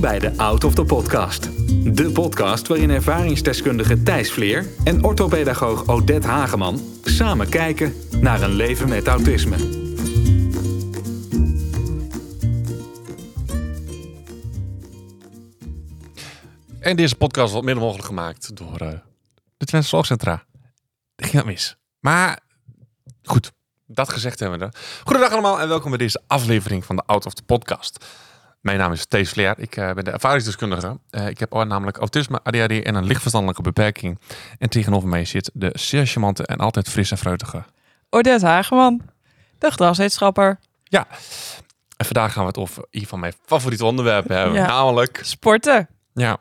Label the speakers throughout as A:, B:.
A: bij de Out of the Podcast. De podcast waarin ervaringsdeskundige Thijs Vleer en orthopedagoog Odette Hageman samen kijken naar een leven met autisme.
B: En deze podcast wordt mede mogelijk gemaakt door eh, de Twente Zorgcentra. Er ging wat mis. Maar goed, dat gezegd hebben we er. Goedendag allemaal en welkom bij deze aflevering van de Out of the Podcast. Mijn naam is Thees Vleer, ik eh, ben de ervaringsdeskundige. Eh, ik heb namelijk autisme, ADHD en een lichtverstandelijke beperking. En tegenover mij zit de zeer charmante en altijd frisse en fruitige.
C: Odette Hageman, de gedragswetenschapper,
B: Ja, en vandaag gaan we het over een van mijn favoriete onderwerpen hebben.
C: Ja.
B: Namelijk,
C: sporten.
B: ja,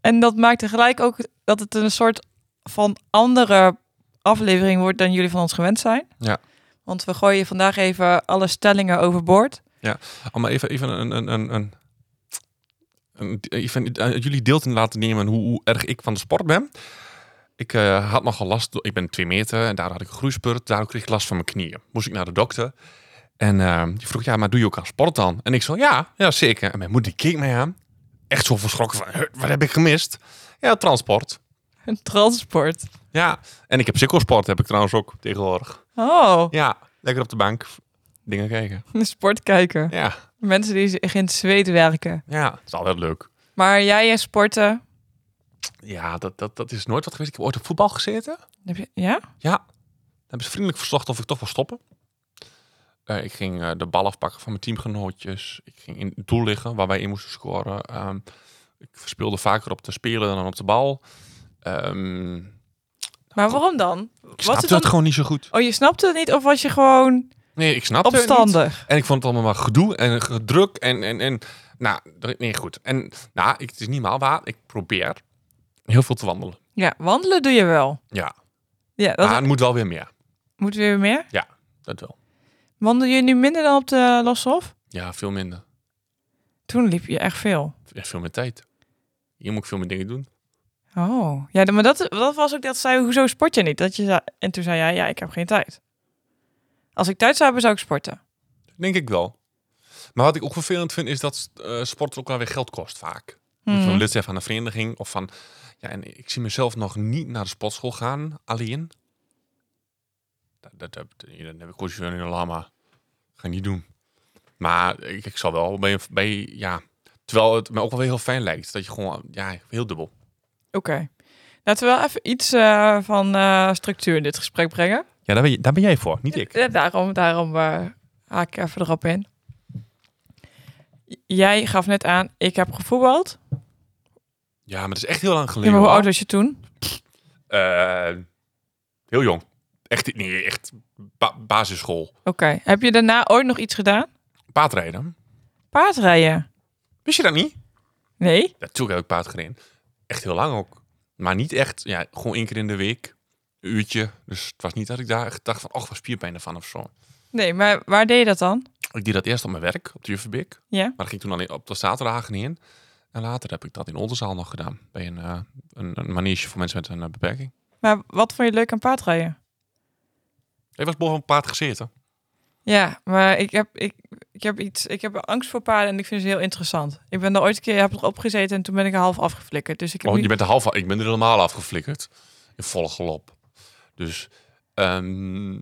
C: En dat maakt tegelijk ook dat het een soort van andere aflevering wordt dan jullie van ons gewend zijn.
B: Ja.
C: Want we gooien vandaag even alle stellingen overboord.
B: Om maar even, even een, een, een, een, een- even, eh, jullie deel te laten nemen hoe, hoe erg ik van de sport ben. Ik eh, had nogal last. door- Ik ben twee meter en daar had ik een groeispurt. Daardoor kreeg ik last van mijn knieën. Moest ik naar de dokter. En eh, die vroeg, ja, maar doe je ook aan sport dan? En ik zo, ja, ja zeker. En mijn moeder die keek mij aan. Echt zo verschrokken van, "Huh, wat heb ik gemist? Ja, transport.
C: Een transport.
B: Ja, en ik heb sikkelsport heb ik trouwens ook tegenwoordig.
C: Oh,
B: Ja, lekker op de bank. Dingen kijken.
C: een sportkijker.
B: Ja,
C: Mensen die zich in het zweet werken.
B: ja. Dat is altijd leuk.
C: Maar jij en sporten.
B: Ja, dat, dat, dat is nooit wat geweest. Ik heb ooit op voetbal gezeten. Daar
C: Heb je, ja?
B: hebben ze vriendelijk verzocht of ik toch wil stoppen. Eh, ik ging eh, de bal afpakken van mijn teamgenootjes. Ik ging in het doel liggen waar wij in moesten scoren. Ehm, ik verspeelde vaker op de spelen dan op de bal. Ehm,
C: Maar waarom dan?
B: ik
C: Was
B: snapte
C: het
B: het,
C: dan-
B: gewoon niet zo goed.
C: Oh, je snapte het niet of was je gewoon
B: Nee, ik snapte het niet.
C: opstandig?
B: En ik vond het allemaal maar gedoe en gedruk en, en, en nou, d- nee, goed. En nou, ik, het is niet maal waar. Ik probeer heel veel te wandelen.
C: Ja, wandelen doe je wel.
B: Ja,
C: Ja, dat
B: maar het moet wel weer meer.
C: moet weer meer.
B: Dat wel.
C: Wandel je nu minder dan op de Loshof?
B: Ja, veel minder.
C: Toen liep je echt veel.
B: ja, veel meer tijd. Hier moet ik veel meer dingen doen.
C: Oh, ja, d- maar dat, dat was ook dat zei, hoezo sport je niet? Dat je zei, en toen zei jij, ja, ik heb geen tijd. Als ik tijd zou hebben, zou ik sporten.
B: Denk ik wel. Maar wat ik ook vervelend vind, is dat eh, sport ook wel weer geld kost vaak. Je moet
C: Mhm.
B: Van lid zijn van een vereniging of van... Ja, en ik zie mezelf nog niet naar de sportschool gaan, alleen. Dat, dat, dat, dan heb ik koosje in een lama. Ga ik niet doen. Maar ik, ik zal wel bij, bij... Ja, terwijl het me ook wel weer heel fijn lijkt. Dat je gewoon... Ja, heel dubbel.
C: Oké. Laten we wel even iets eh, van eh, structuur in dit gesprek brengen.
B: Ja, daar ben, je, daar ben jij voor, niet ik.
C: Ja, daarom daarom eh, haak ik even erop in. J- Jij gaf net aan, ik heb gevoetbald.
B: Ja, maar het is echt heel lang
C: Ja,
B: geleden.
C: maar hoe
B: hoor.
C: oud was je toen?
B: Eh, heel jong. Echt, nee, echt ba- basisschool.
C: Oké. Heb je daarna ooit nog iets gedaan?
B: Paardrijden.
C: Paardrijden?
B: Wist je dat niet?
C: Nee?
B: Natuurlijk heb ik paard gereden. Echt heel lang ook. Maar niet echt, ja, gewoon één keer in de week. Een uurtje. Dus het was niet dat ik daar echt dacht van, och, wat spierpijn ervan of zo.
C: Nee, maar waar deed je dat dan?
B: Ik deed dat eerst op mijn werk, op de Jufferbeek.
C: Ja?
B: Maar dat ging toen alleen op de zaterdagen heen. En later heb ik dat in Oldenzaal nog gedaan. Bij een, eh een, een manege voor mensen met een eh, beperking.
C: Maar wat vond je leuk aan paardrijden?
B: Ik was boven een paard gezeten.
C: Ja, maar ik heb, ik, ik heb iets. Ik heb angst voor paarden en ik vind ze heel interessant. Ik ben er ooit een keer heb erop gezeten en toen ben ik er half afgeflikkerd. Dus ik heb
B: Oh,
C: niet-
B: je bent er half af- Ik ben er helemaal afgeflikkerd. In volle galop. Dus ehm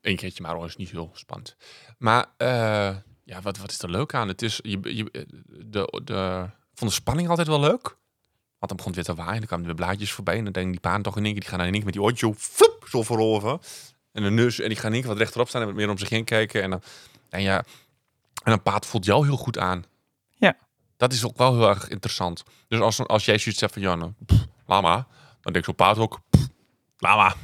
B: één keertje maar hoor, is niet heel spannend. Maar eh, ja, wat, wat is er leuk aan? Het is, je, je, de, de, ik vond de spanning altijd wel leuk. Want dan begon het weer te waaien. En dan kwamen er weer blaadjes voorbij. En dan denk die paarden toch in één keer. Die gaan dan in één keer met die oortje flip, zo voorover. En de neus. En die gaan in één keer wat rechterop staan. En wat meer om zich heen kijken. En, dan, en ja, en een paard voelt jou heel goed aan.
C: Ja.
B: Dat is ook wel heel erg interessant. Dus als, als jij zoiets zegt van, ja, nou, pff, laat maar. Dan denk zo'n paard ook, pff, laat maar.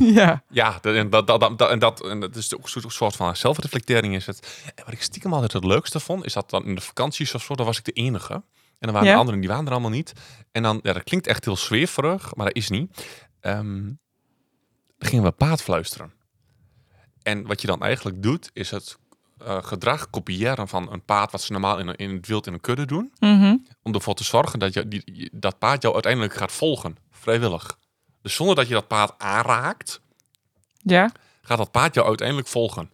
C: ja.
B: Ja, dat- en dat, dat, dat, dat- en dat, en dat is ook een soort van zelfreflectering is het. En wat ik stiekem altijd het leukste vond, is dat dan in de vakanties of zo, dan was ik de enige. En dan waren
C: Ja.
B: de anderen, die waren er allemaal niet. En dan, ja, dat klinkt echt heel zweverig, maar dat is niet. Ehm, dan gingen we paard fluisteren. En wat je dan eigenlijk doet, is het eh, gedrag kopiëren van een paard wat ze normaal in, een- in het wild in een kudde doen.
C: Mhm.
B: Om ervoor te zorgen dat je, die, die- dat paard jou uiteindelijk gaat volgen, vrijwillig. Dus zonder dat je dat paard aanraakt,
C: ja,
B: gaat dat paard jou uiteindelijk volgen.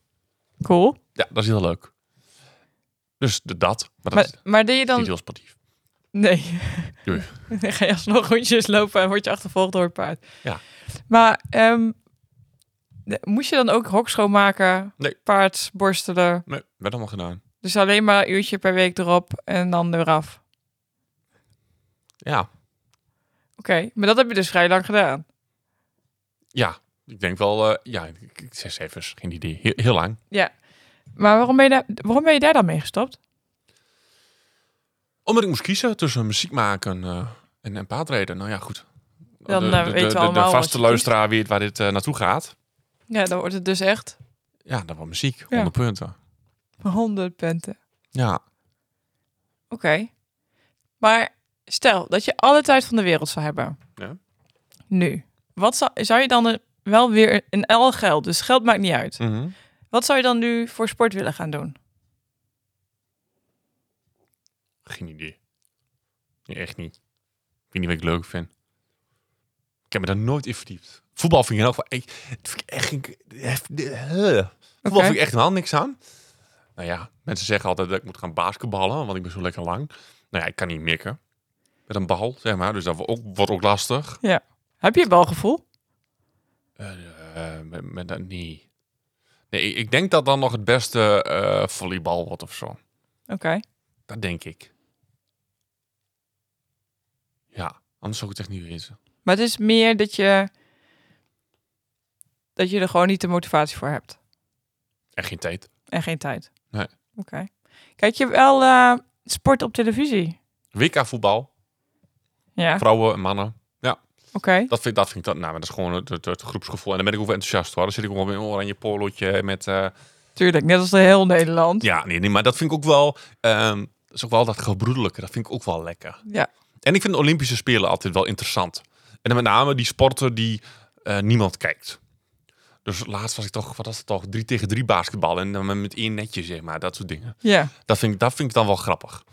C: cool.
B: Ja, dat is heel leuk. Dus de dat. Maar dat
C: Maar,
B: is
C: maar deed je
B: niet
C: dan...
B: heel sportief.
C: Nee.
B: Doei.
C: Dan ga je alsnog rondjes lopen en word je achtervolgd door het paard.
B: Ja.
C: Maar ehm, de- moest je dan ook hok schoonmaken?
B: Nee.
C: Paard, borstelen?
B: Nee, werd allemaal gedaan.
C: Dus alleen maar een uurtje per week erop en dan eraf? Oké,
B: Ja,
C: maar dat heb je dus vrij lang gedaan.
B: ja. Ik denk wel, eh, ja, ik- ik- zes evers, geen idee. Heel, heel lang.
C: Maar waarom ben, je daar, waarom ben je daar dan mee gestopt?
B: Omdat ik moest kiezen tussen muziek maken eh, en, en paardrijden. Nou ja, goed.
C: Dan,
B: de,
C: eh,
B: de,
C: weten we
B: de- de,
C: allemaal wat je
B: vaste
C: kiest.
B: luisteraar weet waar dit eh, naartoe gaat.
C: Ja, dan wordt het dus echt
B: Ja, dan wel muziek. 100 punten.
C: 100 punten.
B: Ja.
C: Oké. Maar stel dat je alle tijd van de wereld zou hebben.
B: Ja.
C: Nu. Wat zou, zou je dan er wel weer een L geld, dus geld maakt niet uit.
B: Mhm.
C: Wat zou je dan nu voor sport willen gaan doen?
B: Geen idee. Nee, echt niet. Ik weet niet wat ik leuk vind. Ik heb me daar nooit in verdiept. Voetbal vind ik in elk geval... Ik, dat vind ik echt... geen- echt- eh, Voetbal
C: Oké.
B: vind ik echt helemaal niks aan. Nou ja, mensen zeggen altijd dat ik moet gaan basketballen, want ik ben zo lekker lang. Nou ja, ik kan niet mikken. Met een bal, zeg maar. Dus dat wo- ook, wordt ook lastig.
C: Heb je balgevoel?
B: Eh, eh, met, met dat, nee. Nee, ik, ik denk dat dan nog het beste eh, volleybal wordt of zo.
C: Oké.
B: Dat denk ik. Ja, anders zou ik het echt niet weten.
C: Maar het is meer dat je dat je er gewoon niet de motivatie voor hebt
B: En geen tijd.
C: en geen tijd.
B: Nee.
C: Oké. Kijk je wel eh, sport op televisie?
B: WK voetbal,
C: Ja. Oké.
B: vrouwen en mannen. Dat vind, dat vind ik dat. Nou, maar dat is gewoon het, het, het groepsgevoel. En dan ben ik ook wel enthousiast hoor. Dan zit ik gewoon in een oranje polootje met. eh,
C: Tuurlijk. Net als de heel Nederland.
B: Ja, nee, nee, maar dat vind ik ook wel. ehm, dat is ook wel dat gebroedelijke. Dat vind ik ook wel lekker.
C: Ja.
B: En ik vind de Olympische Spelen altijd wel interessant. En dan met name die sporten die eh, niemand kijkt. Dus laatst was ik toch, wat was het toch, drie tegen drie basketbal. En dan met één netje, zeg maar, dat soort dingen.
C: ja.
B: Dat vind ik, dat vind ik dan wel grappig.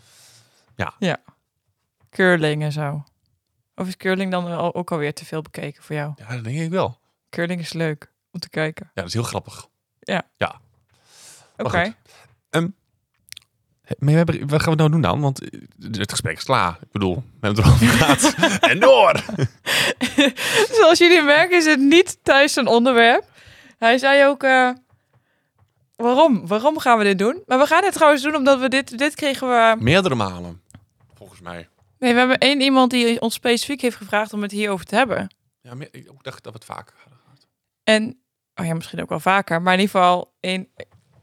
C: curling en zo. Of is curling dan al, ook alweer te veel bekeken voor jou?
B: Ja, dat denk ik wel.
C: Curling is leuk om te kijken.
B: Ja, dat is heel grappig.
C: Oké.
B: Maar Maar we hebben- wat gaan we nou doen dan? Want eh, het gesprek is klaar. Ik bedoel, we hebben het erover gehad. en door!
C: Zoals jullie merken is het niet thuis een onderwerp. Hij zei ook, eh, waarom? Waarom gaan we dit doen? Maar we gaan dit trouwens doen omdat we dit, dit kregen we...
B: Meerdere malen, volgens mij.
C: Nee, we hebben één iemand die ons specifiek heeft gevraagd om het hierover te hebben.
B: Ja, me- ik ook dacht dat we het vaker hadden gehad.
C: En, oh ja, misschien ook wel vaker, maar in ieder geval één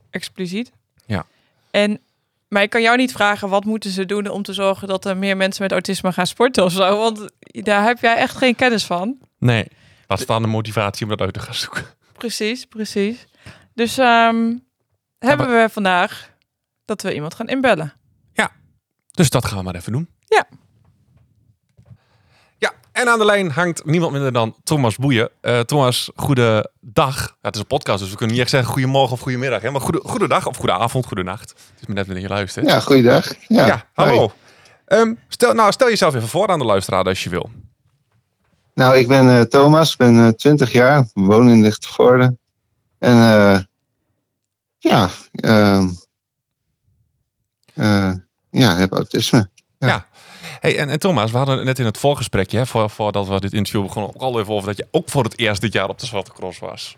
C: expliciet.
B: Ja.
C: En, maar ik kan jou niet vragen, wat moeten ze doen om te zorgen dat er meer mensen met autisme gaan sporten of zo? Want daar heb jij echt geen kennis van.
B: Nee. Wat is dan de motivatie om dat uit te gaan zoeken?
C: Precies, precies. Dus ehm, hebben we vandaag dat we iemand gaan inbellen.
B: Dus dat gaan we maar even doen.
C: Ja.
B: Ja, en aan de lijn hangt niemand minder dan Thomas Boeien. Eh, Thomas, goedendag. Ja, het is een podcast, dus we kunnen niet echt zeggen goedemorgen of goedemiddag. Hè? Maar goede, goedendag of goede avond, goede nacht. Het is me net wanneer je luistert.
D: Ja, goeiedag. Ja,
B: Ja, hallo. Ehm, stel, nou, stel jezelf even voor aan de luisteraar als je wil.
D: Nou, ik ben eh, Thomas, ik ben eh, 20 jaar, woon in Lichtenvoorde. En eh, ja, ehm, eh, ja, heb autisme.
B: Hey, en, en Thomas, we hadden net in het voorgesprekje, hè, voor, voordat we dit interview begonnen, ook al even over dat je ook voor het eerst dit jaar op de Zwarte Cross was.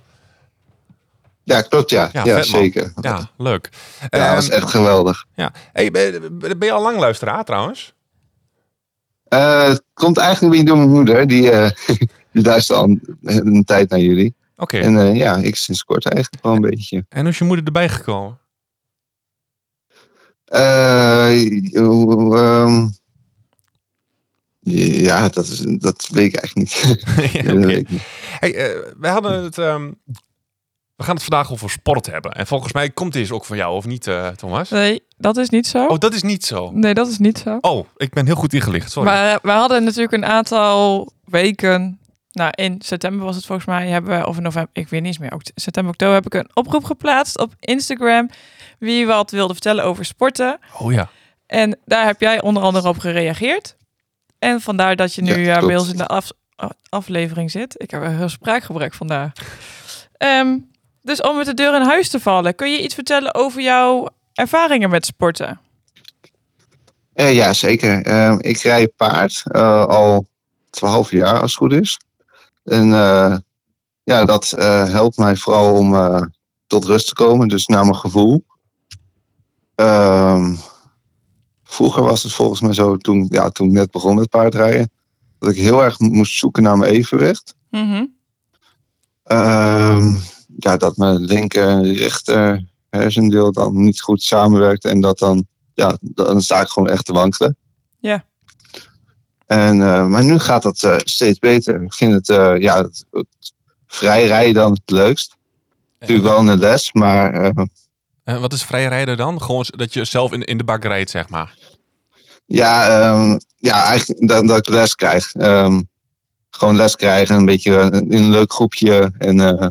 D: Ja, klopt, ja.
B: Ja,
D: Ja,
B: vet, man.
D: zeker.
B: Ja, leuk.
D: Ja, dat was
B: Ehm,
D: echt geweldig.
B: ja. Hey, ben, ben ben je al lang luisteraar trouwens?
D: Eh, het komt eigenlijk weer door mijn moeder, die, eh die luistert al een, een tijd naar jullie.
B: Oké.
D: En eh, ja, ik sinds kort eigenlijk wel een beetje.
B: En hoe is je moeder erbij gekomen?
D: Eh, hoe, ehm, ja, dat, is, dat weet ik eigenlijk niet.
B: Ja,
D: Dat
B: oké.
D: weet ik niet.
B: Hey, eh, we hadden het. ehm, we gaan het vandaag over sport hebben. En volgens mij komt deze ook van jou, of niet, eh, Thomas?
C: Nee, dat is niet zo.
B: Oh, dat is niet zo.
C: Nee, dat is niet zo.
B: Oh, ik ben heel goed ingelicht. Sorry.
C: Maar eh, we hadden natuurlijk een aantal weken. Nou, in september was het volgens mij. Hebben we, of in november, ik weet niet eens meer. Oct- September, oktober heb ik een oproep geplaatst op Instagram. Wie wat wilde vertellen over sporten.
B: oh ja.
C: En daar heb jij onder andere op gereageerd. En vandaar dat je nu
D: Ja,
C: eh,
D: klopt.
C: bij ons in de af- a- aflevering zit. Ik heb een heel spraakgebrek vandaag. Ehm, dus om met de deur in huis te vallen, kun je iets vertellen over jouw ervaringen met sporten?
D: Eh, ja, zeker. Eh, ik rij paard eh, al 12 jaar, als het goed is. En eh, ja, dat eh, helpt mij vooral om eh, tot rust te komen, dus naar mijn gevoel. Ehm, vroeger was het volgens mij zo, toen, ja, toen ik net begon met paardrijden, dat ik heel erg moest zoeken naar mijn evenwicht.
C: Mhm.
D: Ehm, ja, dat mijn linker en rechter hersendeel dan niet goed samenwerkt. En dat dan, ja, dan sta ik gewoon echt te wankelen.
C: Ja.
D: En, eh, maar nu gaat dat eh, steeds beter. Ik vind het, eh, ja, het, het vrij rijden dan het leukst. Natuurlijk wel in de les, maar eh,
B: Eh, wat is vrijrijden dan? Gewoon dat je zelf in, in de bak rijdt, zeg maar.
D: ja, ehm, ja, eigenlijk dat, dat ik les krijg. Ehm, gewoon les krijgen, een beetje eh, in een leuk groepje. En eh,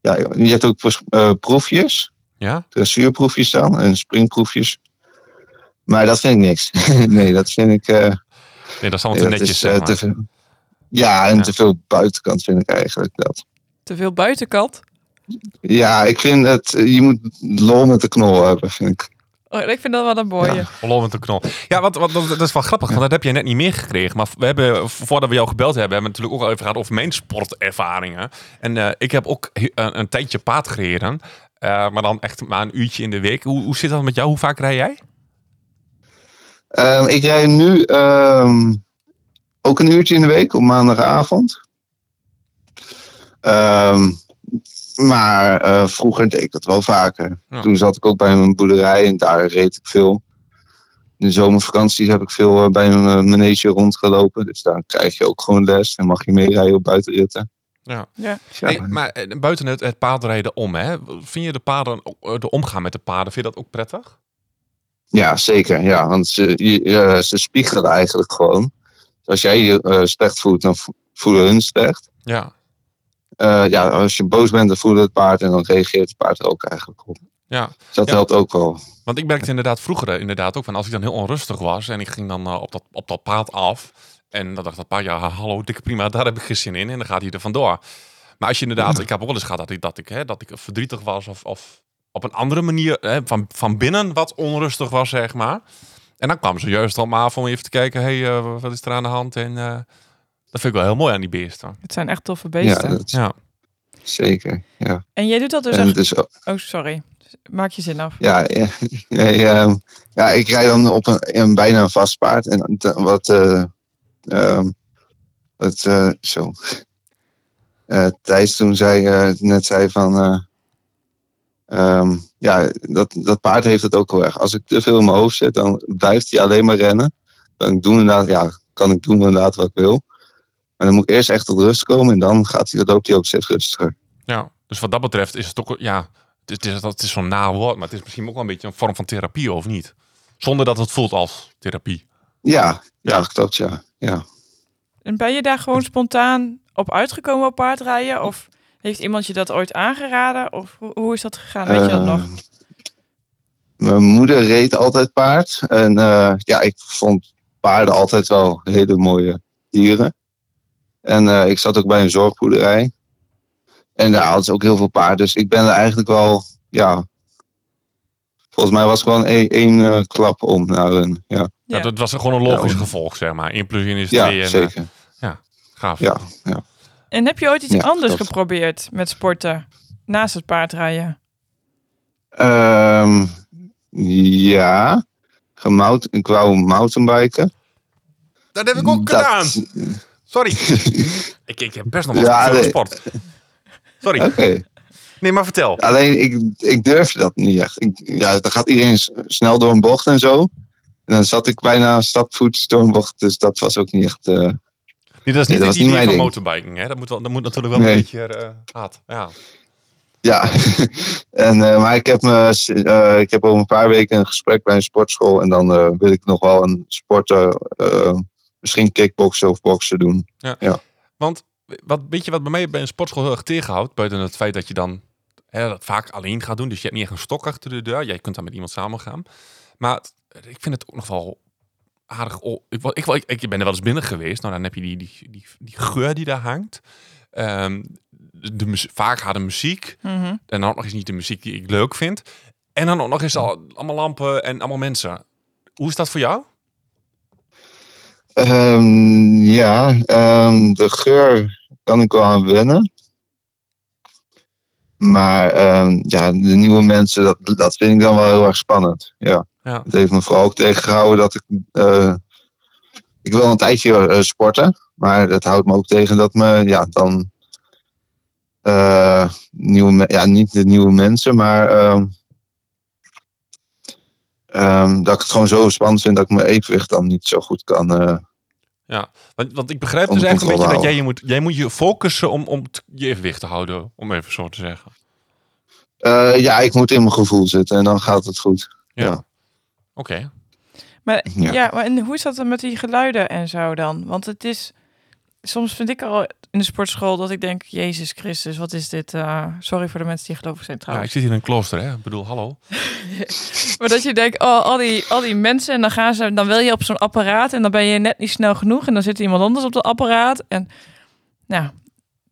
D: ja, je hebt ook pers- eh, proefjes.
B: Ja?
D: dressuurproefjes dan en springproefjes. Maar dat vind ik niks. nee, dat vind ik. eh,
B: Nee, dat is allemaal te
D: nee, dat
B: netjes,
D: is,
B: zeg
D: eh,
B: maar.
D: te veel. Ja, en
B: Ja.
D: te veel buitenkant vind ik eigenlijk dat.
C: Te veel buitenkant.
D: Ja, ik vind het. eh, Je moet lol met de knol hebben, vind ik.
C: Oh, ik vind dat wel een mooie.
B: Lol met een knol. Ja, want, want dat, dat is wel grappig, want dat heb je net niet meer gekregen. Maar we hebben, voordat we jou gebeld hebben, hebben we het natuurlijk ook al even gehad over mijn sportervaringen. En eh, ik heb ook he- een, een tijdje paard gereden. Eh, maar dan echt maar een uurtje in de week. Hoe, hoe zit dat met jou? Hoe vaak rij jij?
D: Ehm, ik rij nu ehm, ook een uurtje in de week op maandagavond. Ehm, maar eh, vroeger deed ik dat wel vaker.
B: Ja.
D: Toen zat ik ook bij mijn boerderij en daar reed ik veel. In de zomervakanties heb ik veel eh, bij een eh, manege rondgelopen. Dus daar krijg je ook gewoon les en mag je meerijden op buitenritten.
B: Ja.
C: Ja.
B: Nee, maar eh, buiten het, het paardrijden om, hè? vind je de, paarden, eh, de omgaan met de paarden, vind je dat ook prettig?
D: Ja, zeker. Ja, want ze, je- eh, ze spiegelen eigenlijk gewoon. Als jij je eh, slecht voelt, dan vo- voelen hun slecht.
B: Ja.
D: Eh, ja, als je boos bent, dan voelt het paard en dan reageert het paard er ook eigenlijk op.
B: Ja,
D: Dus dat
B: Ja.
D: helpt ook wel.
B: Want ik merkte inderdaad vroeger eh, inderdaad ook van als ik dan heel onrustig was en ik ging dan eh, op, dat, op dat paard af. En dan dacht dat paard, ja, hallo, dikke prima, daar heb ik geen zin in. En dan gaat hij er vandoor. Maar als je inderdaad, ik heb ook wel eens gehad dat ik, dat ik, hè, dat ik verdrietig was of, of op een andere manier hè, van, van binnen wat onrustig was, zeg maar. En dan kwam ze juist op mijn avond om even te kijken, hé, hey, eh, wat is er aan de hand? En eh, dat vind ik wel heel mooi aan die beesten.
C: Het zijn echt toffe
D: Ja,
C: beesten.
D: dat,
B: Ja,
D: zeker. Ja.
C: En jij doet dat dus
D: En
C: echt...
D: dus, ook-
C: Oh, sorry. Maak je zin af.
D: ja, ja, nee, ehm, ja, ik rijd dan op een, een bijna een vast paard. En d- wat, eh, ehm, wat eh, zo. Eh, Thijs toen zei, eh, net zei van, eh, ehm, ja, dat, dat paard heeft het ook wel erg. Als ik te veel in mijn hoofd zet, dan blijft hij alleen maar rennen. Dan doe inderdaad, ja, kan ik doen inderdaad wat ik wil. Maar dan moet ik eerst echt tot rust komen en dan gaat hij, loopt hij ook steeds rustiger.
B: ja. Dus wat dat betreft is het ook, ja, het is, het is, het is zo'n na woord, maar het is misschien ook wel een beetje een vorm van therapie, of niet? Zonder dat het voelt als therapie.
D: Ja, ja,
B: Ja.
D: klopt, ja. ja.
C: En ben je daar gewoon spontaan op uitgekomen op paardrijden? Of heeft iemand je dat ooit aangeraden? Of hoe, hoe is dat gegaan? Weet je dat
D: Eh,
C: nog?
D: Mijn moeder reed altijd paard. En eh, ja, ik vond paarden altijd wel hele mooie dieren. En eh, ik zat ook bij een zorgboerderij. En daar hadden ze ook heel veel paarden. Dus ik ben er eigenlijk wel, ja. Volgens mij was het gewoon één, één eh, klap om naar hun. Ja,
B: Ja.
C: Ja.
B: dat was gewoon een logisch
D: Ja.
B: gevolg, zeg maar. 1 plus 1 is 2.
D: Nou, ja
B: en, eh,
D: zeker.
B: gaaf.
D: Ja, ja.
C: En heb je ooit iets
D: Ja,
C: anders
D: dat-
C: geprobeerd met sporten? Naast het paardrijden?
D: Ehm, ja. Gemout, ik wou mountainbiken.
B: Dat heb ik ook
D: Dat-
B: gedaan. Sorry. ik, ik heb best nog wat
D: Ja,
B: voor
D: nee.
B: sport. Sorry.
D: Oké.
B: Nee, maar vertel.
D: Alleen ik, ik durfde dat niet echt. Ik, ja, dan gaat iedereen s- snel door een bocht en zo. En dan zat ik bijna stapvoets door een bocht. Dus dat was ook niet echt. eh,
B: Nee, dat is niet
D: Nee, dat was
B: het
D: niet
B: idee van
D: mijn ding.
B: motorbiking. Hè? Dat, moet wel, dat moet natuurlijk wel
D: Nee.
B: een beetje eh haat. Ja.
D: ja. en, eh, maar ik heb, me, s- eh, ik heb over een paar weken een gesprek bij een sportschool. En dan eh, wil ik nog wel een sport. eh, eh, misschien kickboksen of boksen doen.
B: Want wat, weet je wat bij mij bij een sportschool heel erg tegenhoudt? Buiten het feit dat je dan hè, dat vaak alleen gaat doen. Dus je hebt niet echt een stok achter de deur. Jij kunt dan met iemand samen gaan. Maar het- ik vind het ook nog wel aardig. o- Ik, wa- ik, wa- ik, ik ben er wel eens binnen geweest. Nou, dan heb je die, die, die, die geur die daar hangt. Ehm, de, de, muzie- vaak gaat de muziek.
C: Mhm.
B: En dan ook nog eens niet de muziek die ik leuk vind. En dan ook nog eens al, allemaal lampen en allemaal mensen. Hoe is dat voor jou?
D: Ehm, ja, ehm, de geur kan ik wel aan wennen. Maar ehm, ja, de nieuwe mensen, dat, dat vind ik dan wel heel erg spannend. Ja.
B: Ja.
D: Het heeft me vooral ook tegengehouden dat ik... eh, ik wil een tijdje eh, sporten, maar dat houdt me ook tegen dat me... Ja, dan... eh, nieuwe, me- ja, niet de nieuwe mensen, maar... ehm, ehm, dat ik het gewoon zo spannend vind dat ik mijn evenwicht dan niet zo goed kan... eh,
B: Want, want ik begrijp
D: Om
B: dus
D: het
B: echt een
D: onder
B: beetje dat
D: controle
B: jij je moet, jij moet je focussen om, om t- je evenwicht te houden. Om even zo te zeggen.
D: Eh, ja, ik moet in mijn gevoel zitten en dan gaat het goed.
B: Oké.
C: Maar ja.
D: Ja.
C: maar en hoe is dat dan met die geluiden en zo dan? Want het is soms vind ik al in de sportschool dat ik denk, Jezus Christus, wat is dit? eh, sorry voor de mensen die gelovig zijn
B: Ja, ik
C: trouwens.
B: zit hier in een klooster, hè? Ik bedoel, hallo.
C: Maar dat je denkt, oh, al die, al die mensen en dan gaan ze, dan wil je op zo'n apparaat en dan ben je net niet snel genoeg en dan zit iemand anders op dat apparaat en nou,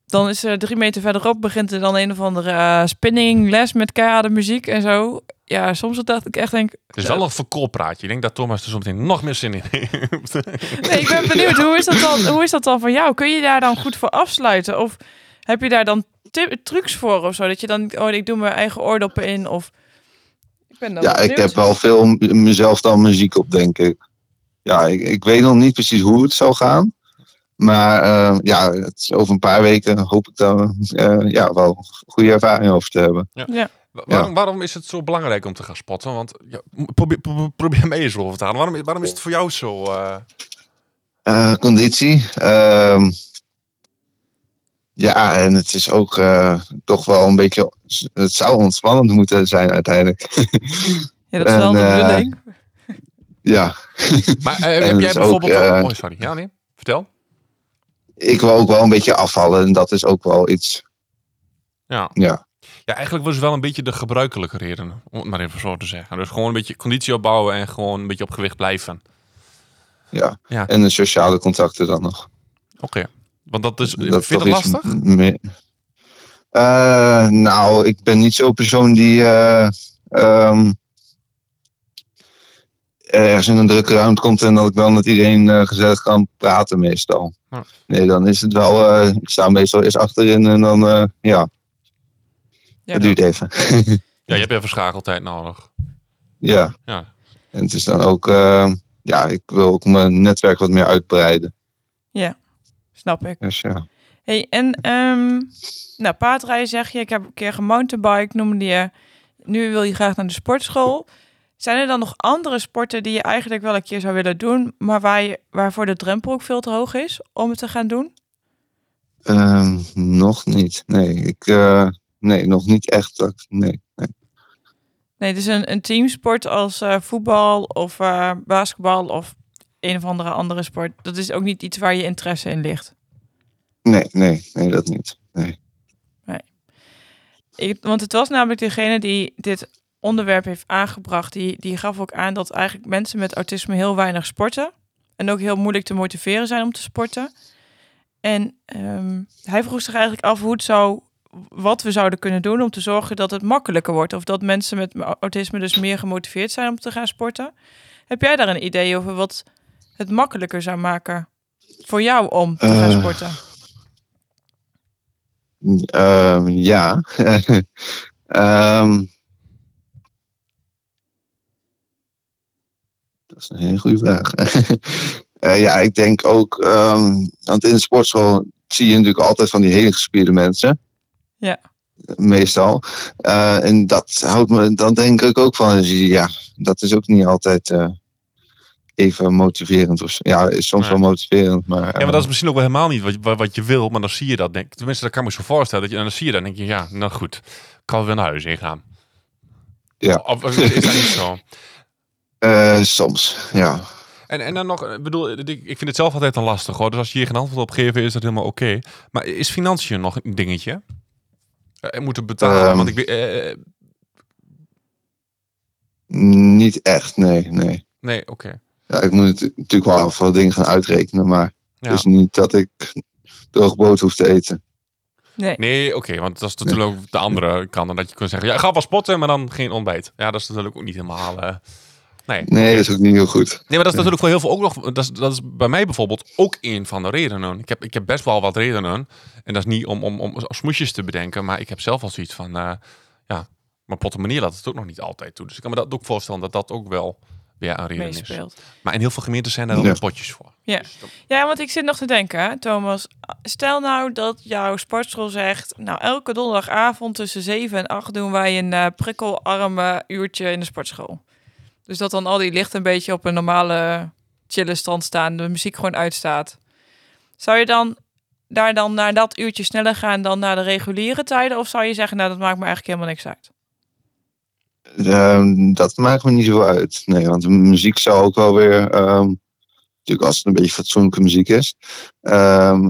C: dan is er drie meter verderop begint er dan een of andere eh, spinning les met kade muziek en zo. Ja, soms dacht ik echt denk,
B: Het is wel een verkoolpraatje. Ik denk dat Thomas er zometeen nog meer zin in heeft.
C: Nee, ik ben benieuwd, hoe is, dat dan, hoe is dat dan van jou? Kun je daar dan goed voor afsluiten? Of heb je daar dan ti- trucs voor of zo? Dat je dan, niet, oh, ik doe mijn eigen oordoppen in of... Ik ben dan
D: ja,
C: wel
D: ik heb
C: benieuwd.
D: wel veel m- mezelf dan muziek op, denk ik. Ja, ik, ik weet nog niet precies hoe het zal gaan. Maar eh, ja, het is over een paar weken hoop ik dan eh, ja, wel goede ervaring over te hebben.
B: Wa- Waarom, waarom is het zo belangrijk om te gaan spotten? Want ja, probeer, pro- probeer mee eens over te halen. Waarom, waarom is het voor jou zo? eh,
D: Eh, conditie. ehm, ja, en het is ook eh, toch wel een beetje. Het zou ontspannend moeten zijn uiteindelijk.
C: Ja, dat is wel
D: en,
C: de
D: eh,
C: bedoeling.
D: ja,
B: Maar eh,
D: En
B: heb
D: het
B: jij
D: is
B: bijvoorbeeld...
D: ook, eh,
B: oh, sorry. Ja, nee. Vertel.
D: ik wil ook wel een beetje afvallen. En dat is ook wel iets.
B: Ja.
D: Ja.
B: Ja, eigenlijk was het wel een beetje de gebruikelijke reden. Om het maar even zo te zeggen. Dus gewoon een beetje conditie opbouwen en gewoon een beetje op gewicht blijven.
D: Ja.
B: Ja.
D: En de sociale contacten dan nog.
B: Oké. Want dat is...
D: Dat
B: vind je dat
D: toch iets
B: lastig?
D: m- meer- Eh, nou, ik ben niet zo'n persoon die eh, ehm, ergens in een drukke ruimte komt en dat ik wel met iedereen eh, gezellig kan praten meestal.
B: Hm.
D: Nee, dan is het wel. eh, ik sta meestal eerst achterin en dan. eh, ja,
C: Ja,
D: het duurt even.
B: Ja, je hebt even schakeltijd nodig.
D: ja.
B: Ja.
D: En het is dan ook. eh, ja, ik wil ook mijn netwerk wat meer uitbreiden.
C: snap ik.
D: Dus ja.
C: Hey, en ehm, nou, paardrijden zeg je, ik heb een keer gemountainbike, noemde je. Nu wil je graag naar de sportschool. Zijn er dan nog andere sporten die je eigenlijk wel een keer zou willen doen, maar waar je, waarvoor de drempel ook veel te hoog is om het te gaan doen?
D: Ehm, nog niet. Nee, ik. eh, nee, nog niet echt. dat- Nee. nee.
C: Nee, dus een, een teamsport als eh, voetbal of eh, basketbal of een of andere andere sport. Dat is ook niet iets waar je interesse in ligt.
D: Nee, nee, nee, dat niet. Nee.
C: Ik, want het was namelijk degene die dit onderwerp heeft aangebracht, die, die gaf ook aan dat eigenlijk mensen met autisme heel weinig sporten. En ook heel moeilijk te motiveren zijn om te sporten. En ehm, hij vroeg zich eigenlijk af hoe het zou, wat we zouden kunnen doen om te zorgen dat het makkelijker wordt. Of dat mensen met autisme dus meer gemotiveerd zijn om te gaan sporten. Heb jij daar een idee over wat het makkelijker zou maken voor jou om te gaan
D: Eh,
C: sporten?
D: Ehm, ja. Ehm, dat is een hele goede vraag. Eh, ja, ik denk ook, ehm, want in de sportschool zie je natuurlijk altijd van die hele gespierde mensen.
C: Ja.
D: Meestal. Eh, en dat houdt me, dan denk ik ook van, ja, dat is ook niet altijd eh, even motiverend. Of, zo. ja, is soms
B: Nee.
D: wel motiverend, maar...
B: Ja, maar dat is misschien ook wel helemaal niet wat, je- wat je wil. Maar dan zie je dat. Denk, tenminste, dat kan ik me zo voorstellen. Dat je, en dan zie je dat en denk je, ja, nou goed. Kan weer naar huis ingaan.
D: Ja.
B: Of, of is dat niet zo?
D: eh, soms, ja.
B: En, en dan nog, eh, bedoel, ik ik vind het zelf altijd een lastig hoor. Dus als je hier geen antwoord op geeft, is dat helemaal oké. Maar is financiën nog een dingetje? Eh, En moeten betalen,
D: Ehm.
B: want ik weet- eh, eh,
D: Niet echt, nee, nee.
B: nee, oké.
D: Ja, ik moet natu- natuurlijk wel heel veel dingen gaan uitrekenen, maar
B: Ja.
D: het is niet dat ik droog brood hoef te eten.
C: Nee.
B: Nee, oké, want dat is natuurlijk ook de andere kant. dan Dat je kunt zeggen, ja, ga wel spotten, maar dan geen ontbijt. Ja, dat is natuurlijk ook niet helemaal... eh, nee.
D: Nee, dat is ook niet heel goed.
B: Nee, maar dat is natuurlijk voor heel veel ook nog. Dat is, dat is bij mij bijvoorbeeld ook een van de redenen. Ik heb, ik heb best wel wat redenen. En dat is niet om, om, om smoesjes te bedenken, maar ik heb zelf al zoiets van. eh, ja, mijn portemonnee laat het ook nog niet altijd toe. Dus ik kan me dat ook voorstellen dat dat ook wel weer een reden is.
C: meespeelt.
B: Maar in heel veel gemeenten zijn daar ook
D: Ja.
B: potjes voor.
C: Ja.
B: Dus dat-
C: Ja, want ik zit nog te denken, hè, Thomas. Stel nou dat jouw sportschool zegt... nou, elke donderdagavond tussen 7 en 8 doen wij een eh, prikkelarme uurtje in de sportschool. Dus dat dan al die licht een beetje op een normale eh, chille stand staan... de muziek gewoon uitstaat. Zou je dan daar dan naar dat uurtje sneller gaan dan naar de reguliere tijden? Of zou je zeggen, nou, dat maakt me eigenlijk helemaal niks uit?
D: Ehm, dat maakt me niet zo uit. Nee, want de muziek zou ook wel weer. ehm, natuurlijk, als het een beetje fatsoenlijke muziek is. ehm,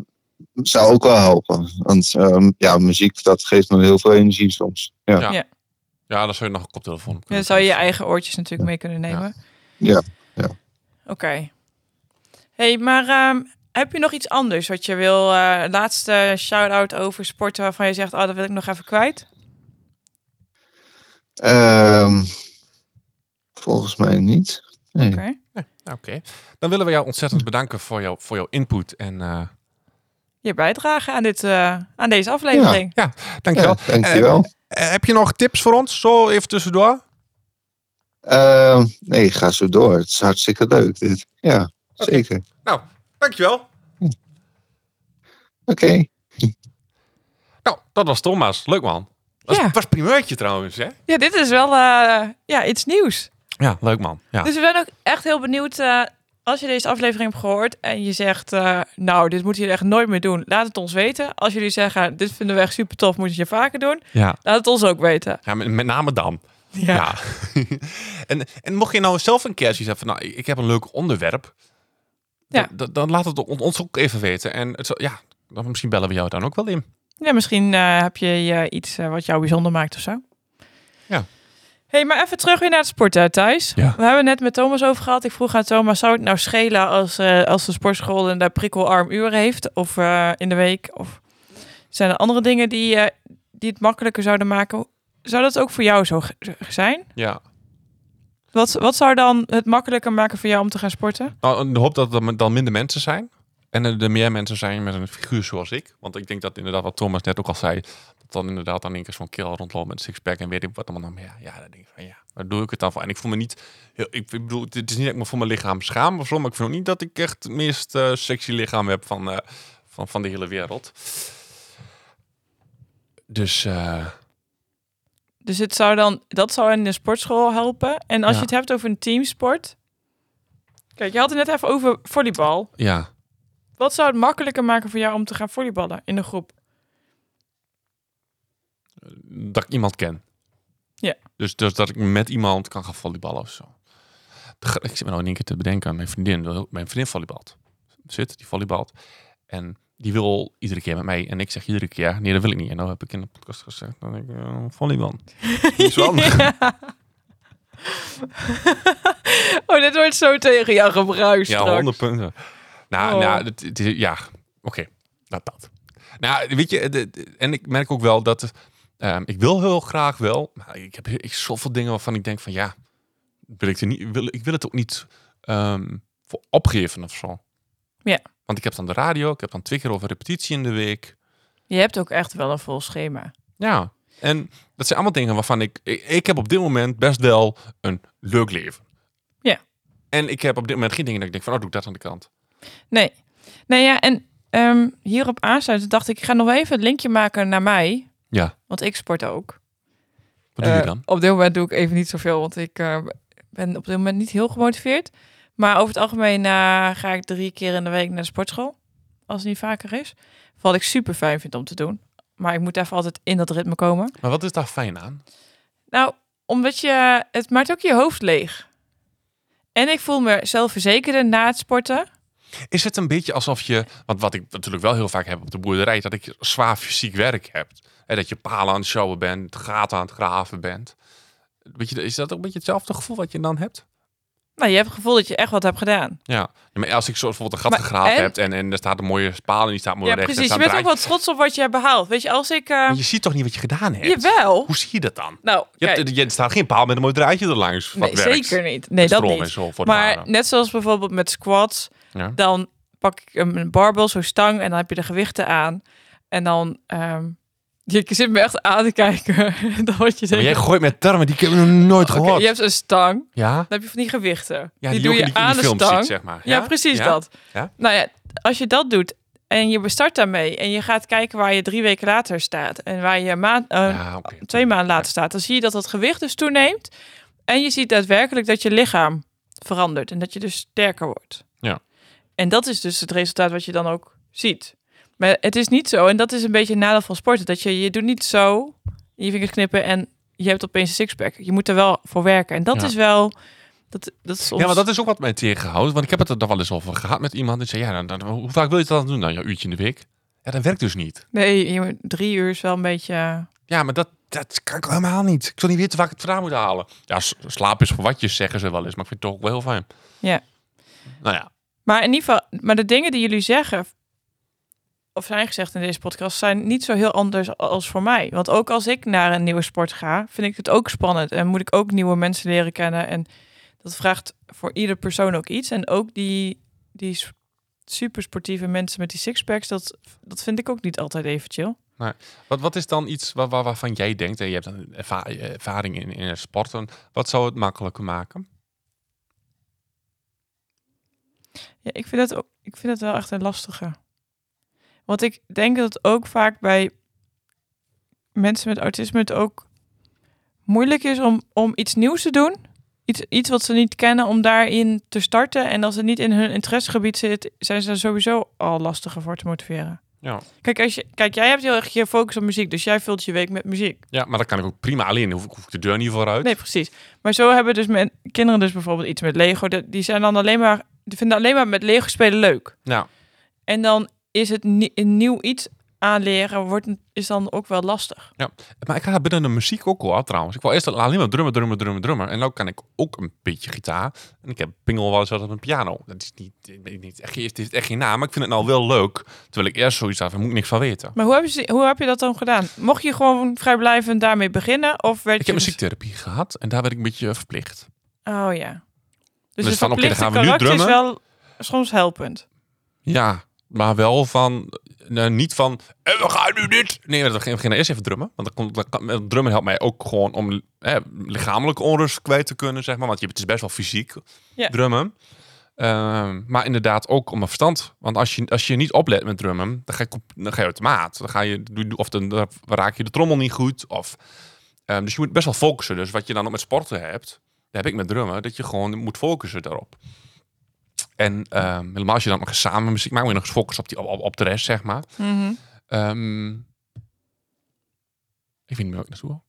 D: zou ook wel helpen. Want ehm, ja, muziek dat geeft me heel veel energie soms. Ja.
B: Ja.
D: Ja.
B: Ja, dan zou je nog een koptelefoon op
C: Dan
B: kunnen
C: zou je je
B: doen.
C: eigen oortjes natuurlijk mee kunnen nemen.
D: Ja, ja.
C: Oké. hey, maar ehm, heb je nog iets anders wat je wil? eh, laatste shout-out over sporten waarvan je zegt, oh, dat wil ik nog even kwijt.
D: Ehm, volgens mij niet. Nee.
C: Oké.
B: Nou, Oké. Dan willen we jou ontzettend bedanken voor, jou, voor jouw input. En eh
C: Je bijdrage aan, dit, eh, aan deze aflevering.
B: ja,
D: Ja,
B: dankjewel.
D: dankjewel.
B: Eh, heb je nog tips voor ons? Zo even tussendoor.
D: Ehm, nee, ga zo door. Het is hartstikke leuk. Dit. Ja, zeker.
B: Nou, dankjewel.
D: Oké.
B: Nou, dat was Thomas. Leuk man. Dat
C: Ja.
B: was, was primeurtje trouwens, hè?
C: Ja, dit is wel eh, ja, iets nieuws.
B: Ja, leuk man. Ja.
C: Dus we zijn ook echt heel benieuwd. eh, als je deze aflevering hebt gehoord en je zegt, eh, nou, dit moeten jullie echt nooit meer doen, laat het ons weten. Als jullie zeggen, dit vinden we echt super tof, moet je het vaker doen,
B: ja.
C: laat het ons ook weten.
B: ja met, met name dan. Ja. en, en mocht je nou zelf een keer zoiets hebben van, nou, ik ik heb een leuk onderwerp.
C: Ja.
B: Dan, dan- dan laat het on- ons ook even weten. En het, zou- ja, dan misschien bellen we jou dan ook wel in.
C: Ja, misschien eh, heb je eh, iets eh, wat jou bijzonder maakt of zo.
B: Ja.
C: hey, maar even terug weer naar het sporten, Thijs.
B: Ja.
C: We hebben het net met Thomas over gehad. Ik vroeg aan Thomas, zou het nou schelen als, eh, als de sportschool een eh, prikkelarm uur heeft? Of eh, in de week? Of zijn er andere dingen die, eh, die het makkelijker zouden maken? Zou dat ook voor jou zo g- zijn?
B: Ja.
C: Wat, wat zou dan het makkelijker maken voor jou om te gaan sporten?
B: Nou, in de hoop dat er dan minder mensen zijn. En er er meer mensen zijn met een figuur zoals ik. Want ik denk dat inderdaad, wat Thomas net ook al zei, dat dan inderdaad dan één keer zo'n kerel rondloopt met een sixpack en weet ik wat allemaal. Nou, Ja, ja, dan denk ik van ja, waar doe ik het dan voor? En ik voel me niet, heel, ik bedoel, het is niet dat ik me voor mijn lichaam schaam of zo, maar ik vind ook niet dat ik echt het meest eh, sexy lichaam heb van, eh, van, van de hele wereld. Dus eh,
C: Dus het zou dan, dat zou in de sportschool helpen. En als
B: Ja.
C: je het hebt over een teamsport. Kijk, je had het net even over volleybal.
B: ja,
C: Wat zou het makkelijker maken voor jou om te gaan volleyballen in een groep?
B: dat ik iemand ken.
C: Ja.
B: Dus, dus dat ik met iemand kan gaan volleyballen of zo. De gra- Ik zit me nou in één keer te bedenken. aan Mijn vriendin, wil- mijn vriendin volleybalt. Zit, die volleybalt. En die wil iedere keer met mij. En ik zeg iedere keer, nee, dat wil ik niet. En dan heb ik in de podcast gezegd, dan denk ik, eh, volleybal. Dat is wel handig.
C: oh, dit wordt zo tegen jou gebruikt
B: Ja,
C: straks.
B: 100 punten. Nou,
C: Oh.
B: nou het, het is- ja, oké. laat dat. Nou, weet je, de- de- en ik merk ook wel dat... ehm, ik wil heel graag wel, maar ik heb ik, zoveel dingen waarvan ik denk van... Ja, wil ik, er niet, wil, ik wil het ook niet ehm, voor opgeven of zo.
C: Ja.
B: Want ik heb dan de radio, ik heb dan twee keer over repetitie in de week.
C: Je hebt ook echt wel een vol schema.
B: Ja, en dat zijn allemaal dingen waarvan ik... Ik, ik heb op dit moment best wel een leuk leven.
C: Ja.
B: En ik heb op dit moment geen dingen dat ik denk van... Oh, doe ik dat aan de kant.
C: Nee. Nee, ja, en ehm, hierop aansluitend dacht ik, ik ga nog even het linkje maken naar mij.
B: Ja.
C: Want ik sport ook.
B: Wat doe je
C: Eh,
B: dan?
C: Op dit moment doe ik even niet zoveel, want ik eh, ben op dit moment niet heel gemotiveerd. Maar over het algemeen eh, ga ik drie keer in de week naar de sportschool. Als het niet vaker is. Wat ik super fijn vind om te doen. Maar ik moet even altijd in dat ritme komen.
B: Maar wat is daar fijn aan?
C: Nou, omdat je... Het maakt ook je hoofd leeg. En ik voel me zelfverzekerder na het sporten.
B: Is het een beetje alsof je, want wat ik natuurlijk wel heel vaak heb op de boerderij, dat ik zwaar fysiek werk heb. En dat je palen aan het sjouwen bent, gaten aan het graven bent. Weet je, is dat ook een beetje hetzelfde gevoel wat je dan hebt?
C: Nou, je hebt het gevoel dat je echt wat hebt gedaan.
B: Ja. Ja, maar als ik zo bijvoorbeeld een gat
C: Maar-
B: gegraven
C: en?
B: hebt en, en er staat een mooie spaal en die staat mooi
C: ja,
B: recht. en
C: precies. Je
B: staat
C: bent ook
B: draai-
C: wel trots op wat je hebt behaald. Weet je, als ik... eh,
B: Maar je ziet toch niet wat je gedaan hebt?
C: jawel.
B: Hoe zie je dat dan?
C: Nou,
B: Je
C: kijk,
B: hebt, je- er staat geen paal met een mooi draadje erlangs. Wat
C: nee,
B: werkt.
C: zeker niet. Nee, dat
B: Strom
C: niet.
B: en zo voor het
C: Maar
B: ware.
C: net zoals bijvoorbeeld met squats,
B: Ja.
C: dan pak ik een barbel, zo'n stang, en dan heb je de gewichten aan. En dan, ehm je zit me echt aan te kijken. dan word je
B: Maar jij
C: zeker,
B: gooit met termen die ik heb nog nooit
C: Oké,
B: gehoord.
C: je hebt een stang, dan
B: Ja?
C: heb je van die gewichten.
B: Ja,
C: die,
B: ook
C: doe je
B: in die, in die
C: aan de
B: films
C: stang.
B: ziet, zeg maar.
C: ja? precies dat.
B: Ja?
C: Nou ja, als je dat doet en je bestart daarmee en je gaat kijken waar je drie weken later staat en waar je een maand, eh,
B: Ja, oké.
C: twee maanden later staat, dan zie je dat dat gewicht dus toeneemt. En je ziet daadwerkelijk dat je lichaam verandert en dat je dus sterker wordt.
B: Ja.
C: En dat is dus het resultaat wat je dan ook ziet. Maar het is niet zo, en dat is een beetje een nadeel van sporten, dat je, je doet niet zo, je vingers knippen en je hebt opeens een sixpack. Je moet er wel voor werken. En dat
B: Ja.
C: is wel, dat, dat is soms...
B: Ja, maar dat is ook wat mij tegenhoudt. Want ik heb het er dan wel eens over gehad met iemand. En zei, ja, dan, dan- hoe vaak wil je dat dan doen? Nou, ja, een uurtje in de week. Ja, dat werkt dus niet.
C: Nee, je moet- drie uur is wel een beetje...
B: Ja, maar dat, dat kan ik helemaal niet. Ik wil niet weten waar ik het vandaan moet halen. Ja, s- slaap is voor watjes, zeggen ze wel eens. Maar ik vind het toch ook wel heel fijn.
C: Ja.
B: Nou ja.
C: Maar in ieder geval, maar de dingen die jullie zeggen of zijn gezegd in deze podcast zijn niet zo heel anders als voor mij. Want ook als ik naar een nieuwe sport ga, vind ik het ook spannend en moet ik ook nieuwe mensen leren kennen. En dat vraagt voor ieder persoon ook iets. En ook die, die s- supersportieve mensen met die sixpacks, dat, dat vind ik ook niet altijd even chill.
B: Wat, wat is dan iets waar, waar- waarvan jij denkt, en je hebt dan erva- eh, ervaring in, in sporten, wat zou het makkelijker maken?
C: Ja, ik vind dat ook. Ik vind dat wel echt een lastige. Want ik denk dat ook vaak bij mensen met autisme het ook moeilijk is om, om iets nieuws te doen. Iets, iets wat ze niet kennen, om daarin te starten. En als het niet in hun interessegebied zit, zijn ze er sowieso al lastiger voor te motiveren.
B: Ja.
C: Kijk, als je, kijk jij hebt heel erg je focus op muziek, dus jij vult je week met muziek.
B: ja, maar dat kan ik ook prima alleen. Hoef, ik- hoef ik de deur niet vooruit.
C: Nee, precies. Maar zo hebben dus men, kinderen dus bijvoorbeeld iets met Lego. dat- Die zijn dan alleen maar, die vinden alleen maar met Lego spelen leuk.
B: Nou,
C: En dan is het nie- een nieuw iets aanleren, wordt, is dan ook wel lastig.
B: maar ik ga binnen de muziek ook wel af, trouwens. Ik wil eerst alleen maar drummen, drummen, drummen, drummen. En nu kan ik ook een beetje gitaar. En ik heb pingel wel eens wat op een piano. Dat is niet, ik weet niet echt, het heeft echt geen naam, maar ik vind het nou wel leuk. Terwijl ik eerst zoiets had, daar moet ik niks van weten.
C: Maar hoe heb, je, hoe heb je dat dan gedaan? Mocht je gewoon vrijblijvend daarmee beginnen? Of werd
B: Ik
C: je
B: heb muziektherapie gehad en daar werd ik een beetje eh, verplicht.
C: Oh ja. Dus,
B: Dus
C: het
B: van, oké, dan
C: verplichte
B: gaan we nu
C: karakter is wel soms helpend.
B: Ja, maar wel van. nou, niet van. "Eh, we gaan nu dit. Nee, maar we gaan eerst even drummen. Want dan komt, dan kan- eh, drummen helpt mij ook gewoon om eh, lichamelijke onrust kwijt te kunnen, zeg maar. Want je, het is best wel fysiek
C: Ja.
B: drummen. Ehm, maar inderdaad ook om mijn verstand. Want als je, als je niet oplet met drummen, dan ga je, kom- dan ga je uit de maat. Dan ga je, doe- doe- of dan dan raak je de trommel niet goed. Of, ehm, dus je moet best wel focussen. Dus wat je dan ook met sporten hebt, dat heb ik met drummen, dat je gewoon moet focussen daarop. En ehm, helemaal als je dan nog eens samen muziek maakt, moet je nog eens focussen op, die, op, op de rest, zeg maar.
C: Mhm.
B: Ehm, ik weet niet meer waar ik naartoe wil.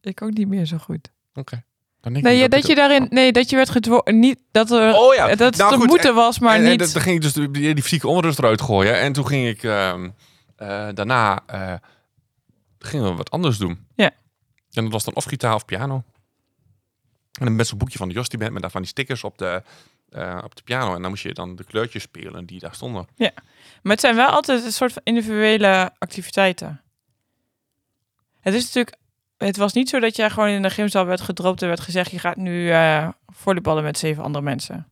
C: Ik ook niet meer zo goed.
B: Oké. Dan denk ik
C: Nee,
B: niet
C: ja, dat je
B: dit-
C: daarin, nee, dat je werd gedwongen, niet dat er,
B: Oh ja,
C: dat
B: nou
C: het
B: goed,
C: te moeten was, maar
B: en, en
C: niet.
B: dat- dan ging ik dus die, die fysieke onrust eruit gooien. En toen ging ik ehm, eh, daarna eh, gingen we wat anders doen.
C: Ja.
B: En dat was dan of gitaar of piano. En dan met zo'n boekje van de Jostie Band met daarvan die stickers op de, eh, op de piano. En dan moest je dan de kleurtjes spelen die daar stonden.
C: Maar het zijn wel altijd een soort van individuele activiteiten. Het is natuurlijk. Het was niet zo dat jij gewoon in de gymzaal werd gedropt en werd gezegd: je gaat nu eh volleyballen met zeven andere mensen.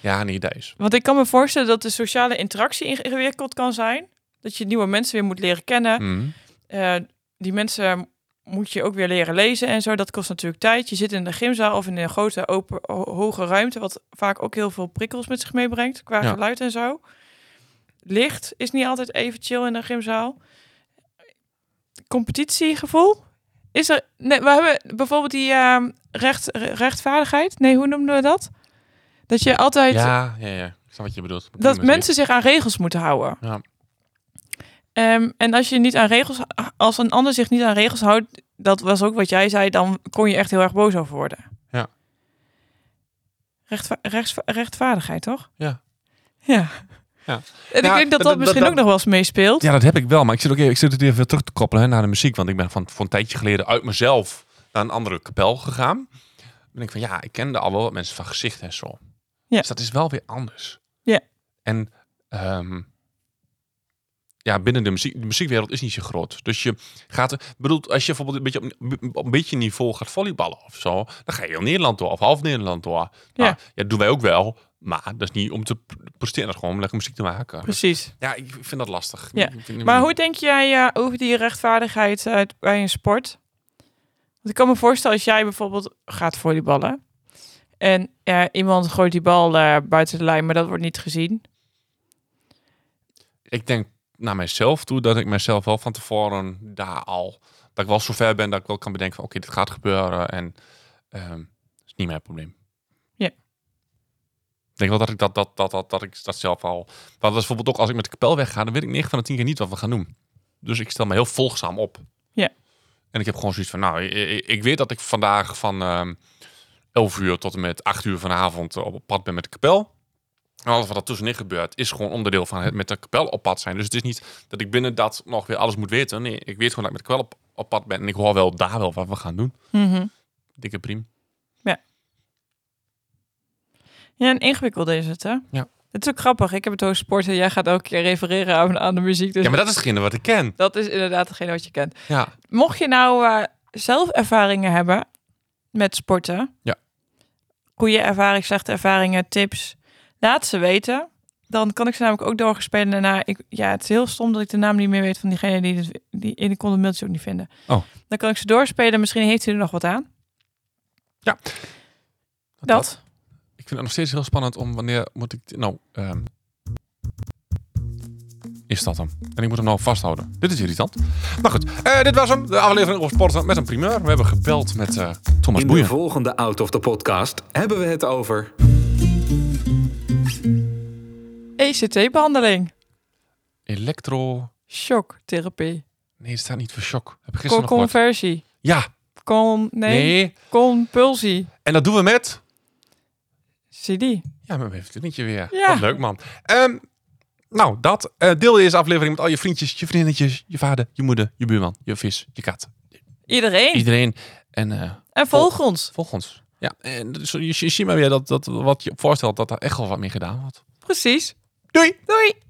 B: Ja, nee, dat is.
C: Want ik kan me voorstellen dat de sociale interactie ingewikkeld kan zijn. Dat je nieuwe mensen weer moet leren kennen.
B: Mhm.
C: Eh, die mensen moet je ook weer leren lezen en zo. Dat kost natuurlijk tijd. Je zit in de gymzaal of in een grote open, ho- hoge ruimte, wat vaak ook heel veel prikkels met zich meebrengt qua
B: Ja.
C: geluid en zo. Licht is niet altijd even chill in de gymzaal. Competitiegevoel is er. Nee, we hebben bijvoorbeeld die ehm, recht, re- rechtvaardigheid. Nee, hoe noemden we dat? Dat je altijd
B: Ja, ja, ja. Ik snap wat je bedoelt. Prima,
C: dat
B: zie.
C: mensen zich aan regels moeten houden.
B: Ja.
C: Ehm, en als je niet aan regels, als een ander zich niet aan regels houdt, dat was ook wat jij zei, dan kon je echt heel erg boos over worden.
B: Ja.
C: Rechtva- rechtsva- rechtvaardigheid, toch?
B: Ja.
C: Ja.
B: Ja.
C: En
B: Ja,
C: ik denk
B: dat-
C: dat
B: dat-
C: dat misschien
B: dat-
C: ook nog wel eens meespeelt.
B: Ja, dat heb ik wel. Maar ik zit, ook even, ik zit het even terug te koppelen hè, naar de muziek. Want ik ben van, voor een tijdje geleden uit mezelf naar een andere kapel gegaan. ben ik van ja, ik kende al wel wat mensen van gezicht en zo.
C: Ja.
B: Dus dat is wel weer anders.
C: Ja.
B: En ehm, ja, binnen de, muziek, de muziekwereld is niet zo groot. Dus je gaat, ik bedoel, als je bijvoorbeeld een beetje op, op een beetje niveau gaat volleyballen of zo, dan ga je heel Nederland door of half Nederland door. Nou,
C: Ja.
B: ja, dat doen wij ook wel. Maar dat is niet om te pr- presteren, dat is gewoon om lekker muziek te maken.
C: Precies.
B: Ja, ik vind dat lastig.
C: Ja,
B: Ik vind-
C: Maar hoe denk jij eh, over die rechtvaardigheid eh, bij een sport? Want ik kan me voorstellen als jij bijvoorbeeld gaat volleyballen en eh, iemand gooit die bal eh, buiten de lijn, maar dat wordt niet gezien.
B: ik denk naar mijzelf toe dat ik mezelf wel van tevoren daar al dat ik wel zover ben dat ik wel kan bedenken van oké dit gaat gebeuren en ehm is niet mijn probleem.
C: Ja.
B: Ik denk wel dat ik dat dat dat dat dat ik dat zelf al. Want dat is bijvoorbeeld ook als ik met de kapel wegga, dan weet ik 9 van de 10 keer niet wat we gaan doen. Dus ik stel me heel volgzaam op.
C: Ja.
B: En ik heb gewoon zoiets van nou i- i- ik, weet dat ik vandaag van ehm 11 uur tot en met 8 uur vanavond op pad ben met de kapel. En alles wat er tussenin gebeurt, is gewoon onderdeel van het met de kapel op pad zijn. Dus het is niet dat ik binnen dat nog weer alles moet weten. Nee, ik weet gewoon dat ik met de kapel op, op pad ben. En ik hoor wel daar wel wat we gaan doen. Dikke priem.
C: Ja, en ingewikkeld is het, hè?
B: Ja.
C: Het is ook grappig. Ik heb het over sport en jij gaat elke keer refereren aan, aan de muziek. Dus
B: Ja, maar dat is hetgene wat ik ken.
C: dat is inderdaad degene wat je kent.
B: Ja.
C: Mocht je nou eh, zelf ervaringen hebben met sporten.
B: Ja.
C: Goede ervaring, slechte ervaringen, tips. Laat ze weten. Dan kan ik ze namelijk ook doorgespelen naar... Ik, ja, het is heel stom dat ik de naam niet meer weet van diegene die... dit- die en ik kon de mailtje ook niet vinden.
B: Oh.
C: Dan kan ik ze doorspelen. Misschien heeft hij er nog wat aan.
B: Ja.
C: Dat.
B: Ik vind het nog steeds heel spannend om wanneer moet ik... Nou, ehm, is dat hem? En ik moet hem nou vasthouden. Dit is irritant. Maar goed, eh, dit was hem. De aflevering over sporten met een primeur. We hebben gebeld met eh, Thomas
A: In de
B: Boeien.
A: volgende Out of the Podcast hebben we het over
C: E ECT-behandeling.
B: Elektro...
C: Shocktherapie.
B: Nee, het staat niet voor shock. Heb ik gisteren nog gehoord.
C: Conversie.
B: Ja.
C: Con... Nee.
B: nee.
C: Compulsie.
B: En dat doen we met...
C: CD.
B: Ja, maar we hebben het weer.
C: Ja.
B: Wat leuk, man. Ehm, nou, dat. eh, deel deze aflevering met al je vriendjes, je vriendinnetjes, je vader, je moeder, je buurman, je vis, je kat.
C: Iedereen.
B: Iedereen. En eh,
C: En volg ons.
B: volg ons. Ja, en dus je, je ziet maar weer dat, dat wat je voorstelt, dat daar echt wel wat mee gedaan wordt.
C: Precies.
B: Doei!
C: Doei.